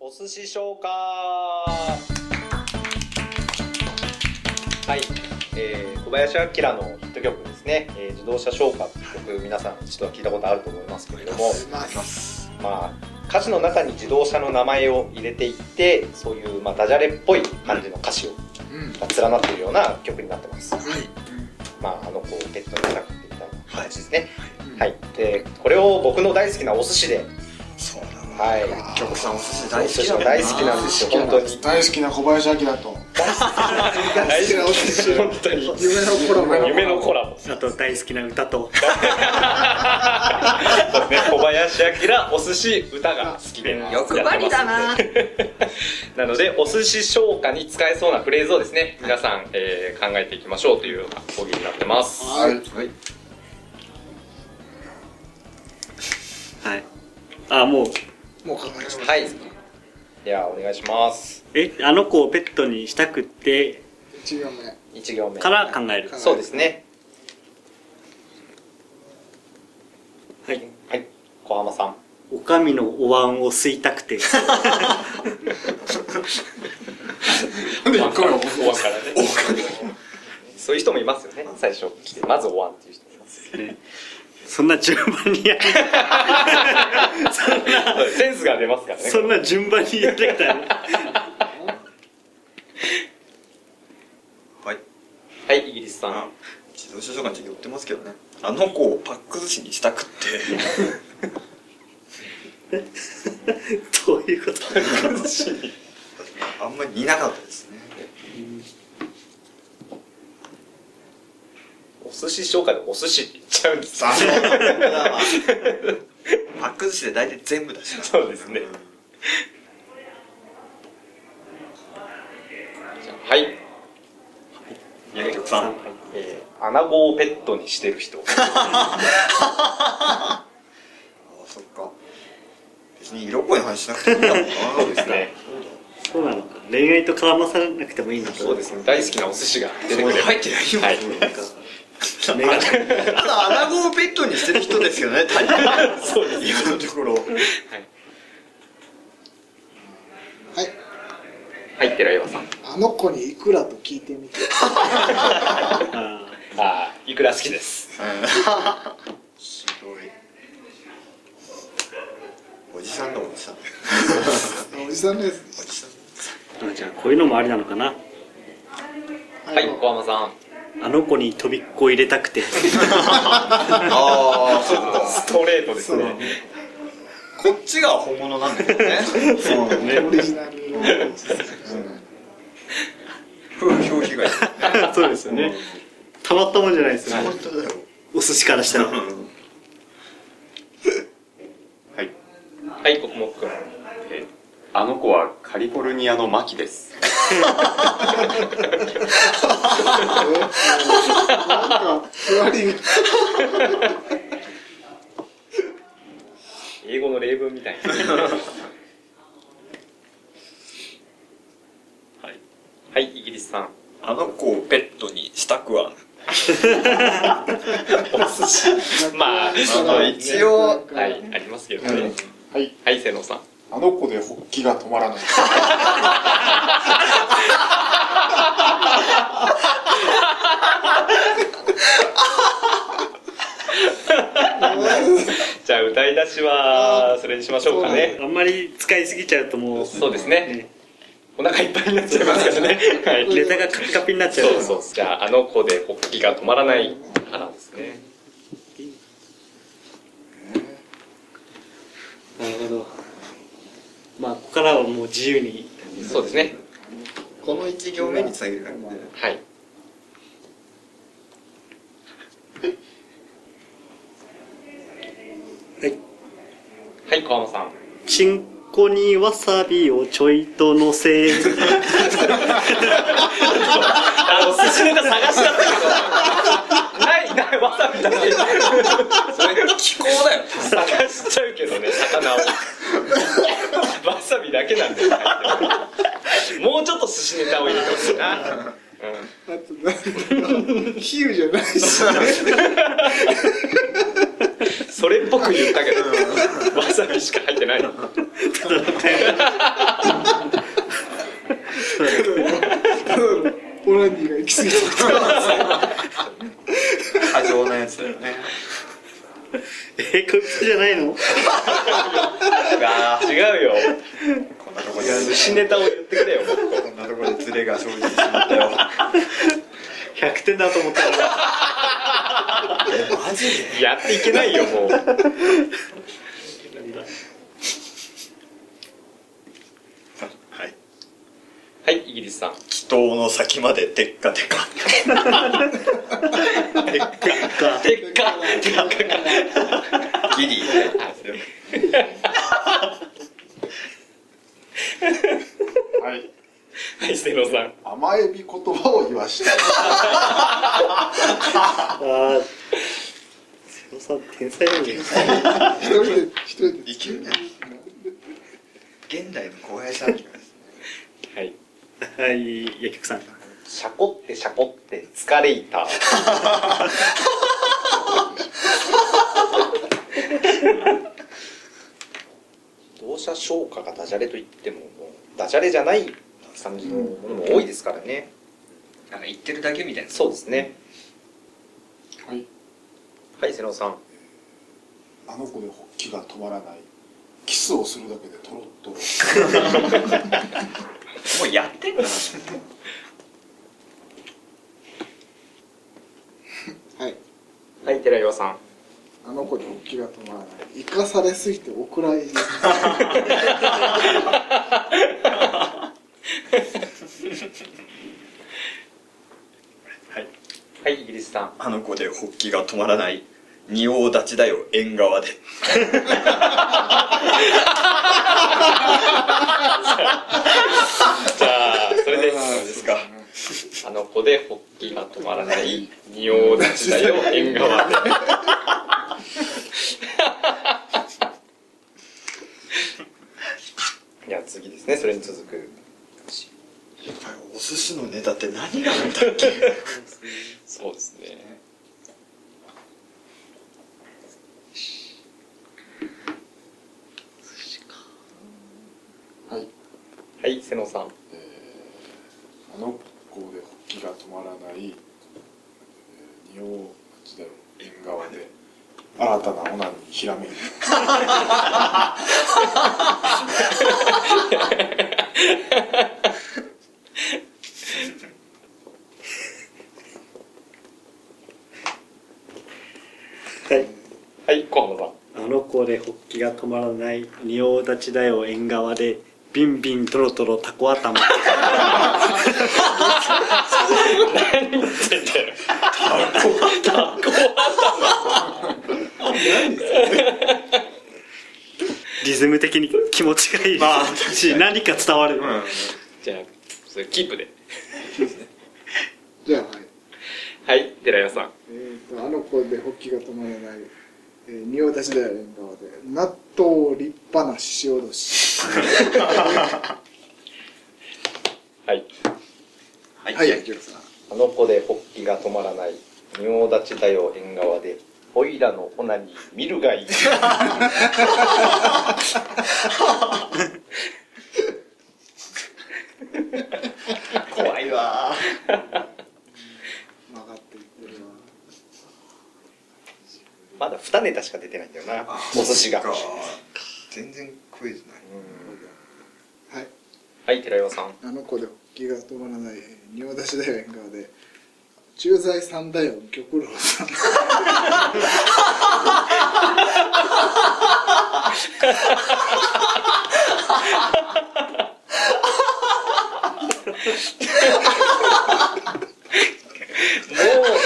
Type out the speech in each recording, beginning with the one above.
お寿司消化はい、えー、小林明のヒット曲ですね、えー自動車消化って曲皆さん一度は聞いたことあると思いますけれどもますまあ歌詞の中に自動車の名前を入れていってそういう、まあ、ダジャレっぽい感じの歌詞をうんが連なっているような曲になってますはいまああのこうペットに叩くみたいな感じですねうんはいでこれを僕の大好きなお寿司でそうだなはい京子さんお寿司大好きお寿司大好きなんですよ本当に大好きな小林明と大好きなお寿司本当に夢のコラボ夢のコラボあと大好きな歌とそうですね、小林明お寿司歌が好きで欲張りだなやってますんでなのでお寿司消化に使えそうなフレーズをですね皆さん、えー考えていきましょうというような講義になってますははいいはい。あ、もう、もう考えましたはいではお願いしますえ、あの子をペットにしたくって1行目1行目から考える。そうですねはい。はい小浜さんおかみのお椀を吸いたくて。なんでおわんからこねそういう人もいますよね最初来てまずおわんっていう人もいますそんな順番にやる。センスが出ますからねそんな順番にやってきた ら。はいはいイギリスさんあ自動車所管ちょっと寄ってますけどねあの子をパック寿司にした くってどういうことあんまりいなかったですねお寿司紹介でお寿司って言っちゃうんです残念まあまあパック寿司で大体全部だしなそうですねんはい、薬局さんえー、アナゴをペットにしてる人あそっか別に色っぽい話しなくてもいいんだもんなそうですねそうなのか。恋愛と絡まさなくてもいいのか。そうですね大好きなお寿司が出てくこれれる入ってないよ、はいなんか。ただアナゴをペットにしてる人ですよね 大体そうです今のところはい入ってるよさんあの子にいくらと聞いてみてあああいくら好きですすごいおじさんのおじさんおじさんですおじさんーあじゃあ、こういうのもありなのかな。はいどう小浜さんあの子に飛びっこ入れたく て。ああそっかストレートですねこっちが本物なんだけどねそうねオリジナルの風評被害そうですよね。たまったもんじゃないですよ。本当だよお寿司からしたら。はい、はい国木くんえーあの子はカリフォルニアのマキです。えなんかふわりみ英語の例文みたいなはいはいイギリスさんあの子をペットにしたくはお寿司まあまあ一応はいありますけどねはい、はい瀬野さんあの子で発起が止まらない。じゃあ歌い出しはそれにしましょうかねあんまり使いすぎちゃうともう。そうですねお腹いっぱいになっちゃいますからねはいネタがカピカピになっちゃうそうそうじゃああの子でホッキが止まらないからですねなるほどまあここからはもう自由にそうですねこの一行目につなげる感じではいはいはい小浜さんチンコにわさびをちょいとのせあの寿司ネタ探したんだけどないないわさびだけそれ気候だよ探しちゃうけどね魚をわさびだけなんだよもうちょっと寿司ネタを入れてほしいな、うんあとなんか比喩じゃないしそれっぽく言ったけどわさびしか入ってないただの会話すぎて過剰なやつだよね えこいつじゃないのあー違うよこんなとこいでや寿司ネタを言ってくれよもっこんなとこでズレが生じてしまったよ100点だと思ったらマジでとやっていけないよもうはいはいイギリスさん祈祷の先までテッカテカでっかギリはいはいステロさん甘えび言葉を言わしたい あー瀬尾さん天才なんだ一人よで一人でいけるね現代の小林さんはいはい薬局さんシャコってシャコって疲れいた同社消化がダジャレと言ってももうダジャレじゃない感じのものも多いですからね、なんか言ってるだけみたいなそうですねはいはい瀬野さんあの子で発起が止まらないキスをするだけでトロッともうやってんだはいはい寺岩さんあの子に発起が止まらない生かされすぎてお蔵入り はいイギリスさんあの子で発起が止まらない仁王立ちだよ縁側でじゃあそれですそうですかあの子でホッキーが止まらない仁王立ちだよ縁側 でいや次ですねそれに続くお寿司のネタって何があるんだっそうですねはいはい瀬野さんあの子で発起が止まらない仁王立ちだよ縁側で新たなオナニーにひらめいたはいはい小浜さんあの子で発起が止まらない仁王立ちだよ縁側でビンビントロトロタコ頭リズム的に気持ちがいいまあ確かにし何か伝わる、じゃあそれキープでじゃあはいはい寺岩さんえー、とあの子で発起が止まらない、えー、仁王立ちだよ縁側で納豆立派なしおろしはいはいはいはい広さんあの子でホッキーが止まらない仁王立ちだよ縁側でおいらのオナに見る がいい怖いわ曲がっていってるわまだ2ネタしか出てないんだよなお寿司が全然食えてなはいいはい寺岩さんあの子で発起が止まらないえー仁王立ちだよ縁側で駐在さんだよ玉郎さん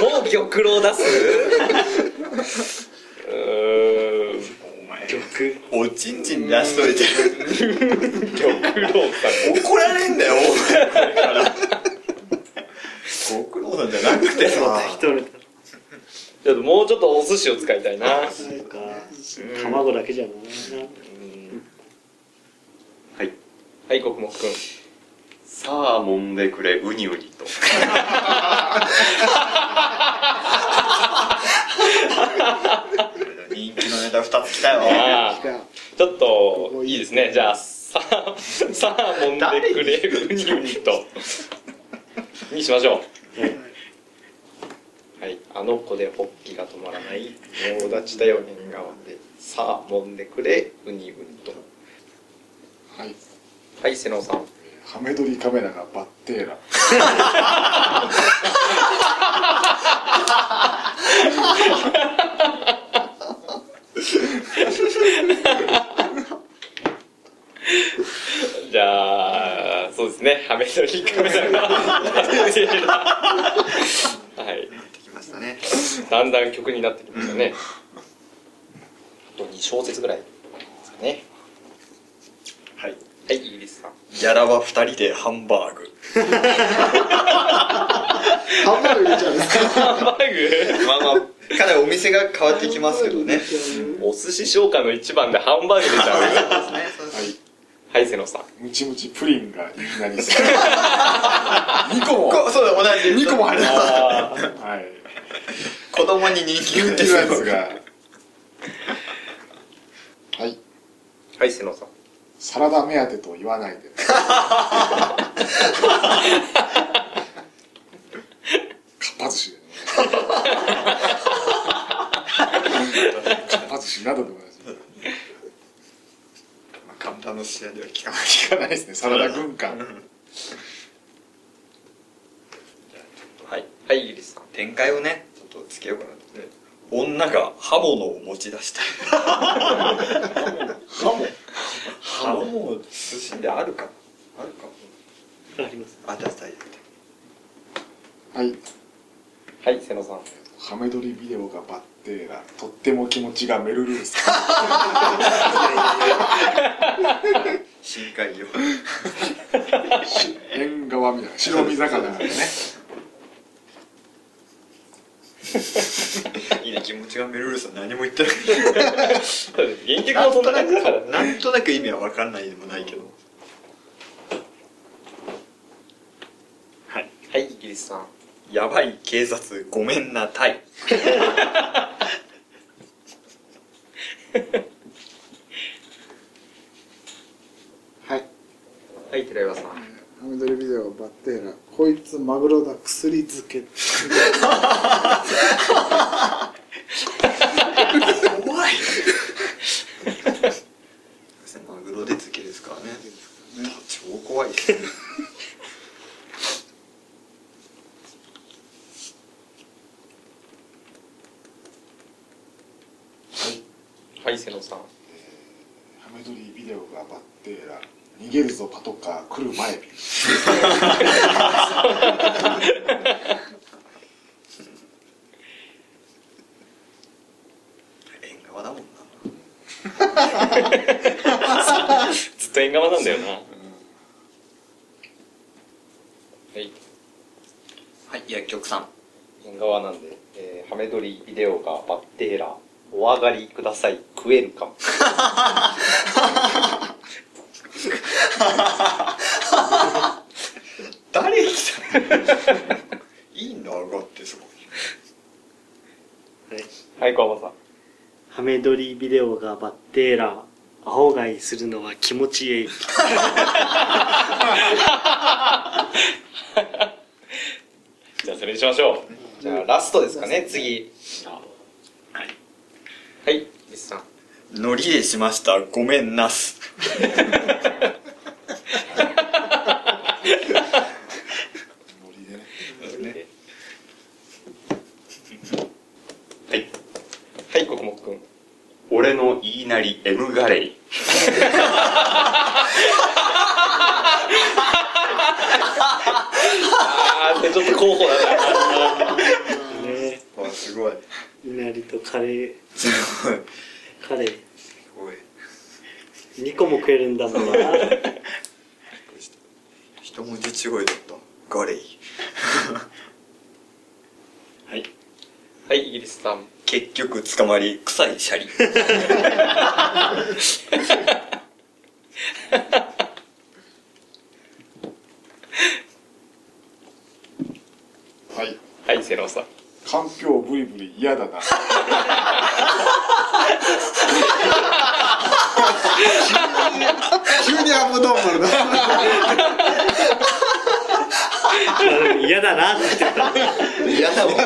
もう、もう玉露出す うーん。お前おちんちん出しといて玉露さ怒られんだよお前これからご苦労なんじゃなくてさ一人だん。ちょっともうちょっとお寿司を使いたいな。なんか卵だけじゃないなはいはい、国木くん。さあ揉んでくれウニウニと人気のネタ2つ来たよあじゃあーちょっと、いいですね。じゃあ、さあ、さあ、もんでくれるにゅうにと。にしましょう。はい、あの子でホッキが止まらない棒立ちだよ縁側でさあ揉んでくれウニウニとはい、はい瀬能さんハメ撮りカメラがバッテーラじゃあそうですねハメ撮りカメラがはいできましたねだんだん曲になってきましたねあと2小節ぐらいですかねはいはいイギリスさんギャラは二人でハンバーグハンバーグ入れちゃうんですかハンバーグまあまあかなりお店が変わってきますけどね そお寿司商家の一番でハンバーグ出ちゃううですねそうですはいはい瀬能さんムチムチプリンがいきなり さ2個もこそうだ同じ2個も入ってますあはい子供に人気人運気でのすやよつがはいーはい瀬能さんサラダ目当てと言わないでかっぱ寿司でねかっぱ寿司などでもないですまあ看板の試合では聞かない聞かないですねサラダ軍艦はいはいイギリスさん展開をねちょっとつけようかなと女が刃物を持ち出した刃物刃物寿司であるかあるかありますあじゃあ大丈はいはい瀬野さんハメ撮りビデオがバッテーラとっても気持ちがメルルース深海魚縁側みたいな白身魚がねいいね気持ちがメルルさん何も言ってない そうです原曲もそんな感じだからなんとなく意味は分かんないでもないけどはいはいイギリスさんやばい警察ごめんなタイはいはい寺岩さんはハメ撮りビデオバッテーラこいつマグロだ薬漬け怖いマグロで漬けですからね超怖いですねい瀬野さんハメ撮りビデオがバッテーラ逃げるぞパトカー来る前縁側だもんなずっと縁側なんだよなはいはい薬局さん縁側なんで、えー、ハメ撮りビデオがバッテーラお上がりください食えるかも誰来たのいいんだ上がってそこはいはい小浜さんハメ撮りビデオがバッテーラアホ買いするのは気持ちいいじゃあそれにしましょうじゃあラストですかね次はいイギリスさんにノリでしましたごめんなすノリでねはいはい国木くん俺の言いなり M ガレイあーってちょっと候補だなねわすごいいなりとカレーすごいカレーすごい2個も食えるんだもんな一文字違いだったガレイはいはいイギリスさん結局捕まり臭いシャリはいはい瀬野さんかんぴょうブリブリ嫌だな急にアボドーマルだなる 嫌だなって言ってた嫌だわ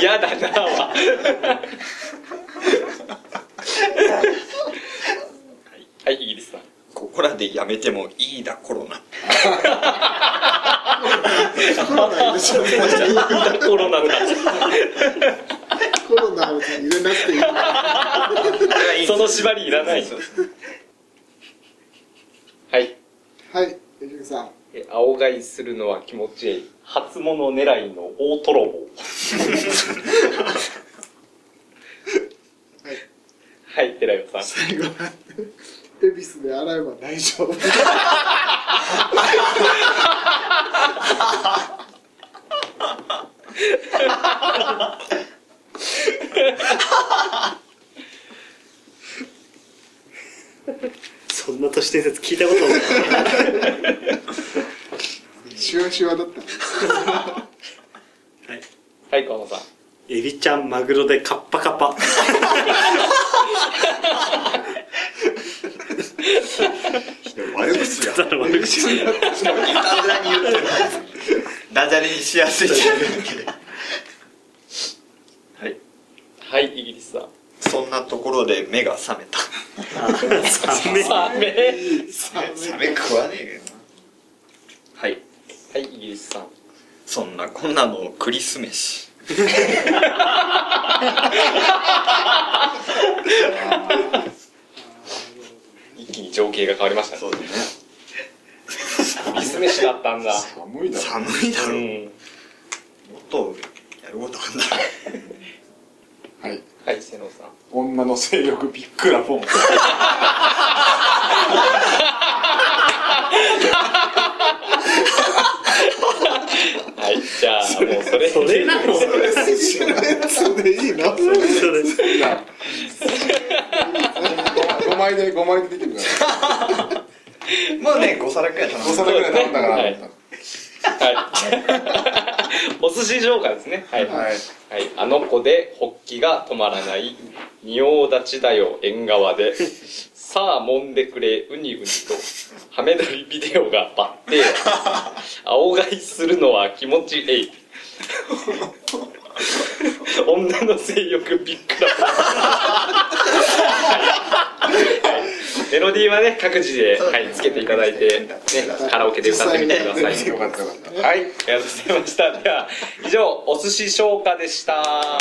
嫌だなははいイギリスさんここらでやめてもいいだコロナコロナだコロナを入れなくていい。その縛りいらないはいはい、エリクさん。え青買いするのは気持ちいい初物狙いの大トロボはいはい寺山さん最後なんで恵比寿で洗えば大丈夫。そんな都市伝説聞いたことないシワシワだったね。はいはい河野さんエビちゃんマグロでカッパカパ悪口やただ悪口しかもいたずらに言ってるダジャレにしやすいはいはいイギリスさんそんなところで目が覚め たサメサメサメ食わねえはいはいイギリスさんそんなこんなのクリスメ シ一気に情景が変わりましたねそうだねリス飯だったんだ寒いだろ寒いだうろ、んもっとやることあんだはいはい瀬野さん女の性欲ビックラポンはいじゃあもうそれそれなの シルエットでいいの それ5枚で5枚でできるからもうね5皿くらい頼5皿ぐらい頼んだからはいはい。お寿司浄化ですね。はい。はい。あの子で発起が止まらない。仁王立ちだよ、縁側で。 さあ、揉んでくれ、ウニウニと。ハメ撮りビデオがバッテー。青買いするのは気持ちえい。女の性欲びっくら。はいメロディーはね、各自で、はい、つけていただいて、ね、カラオケで歌ってみてください。よかったよかったはい、ありがとうございました。では、以上、お寿司消化でした。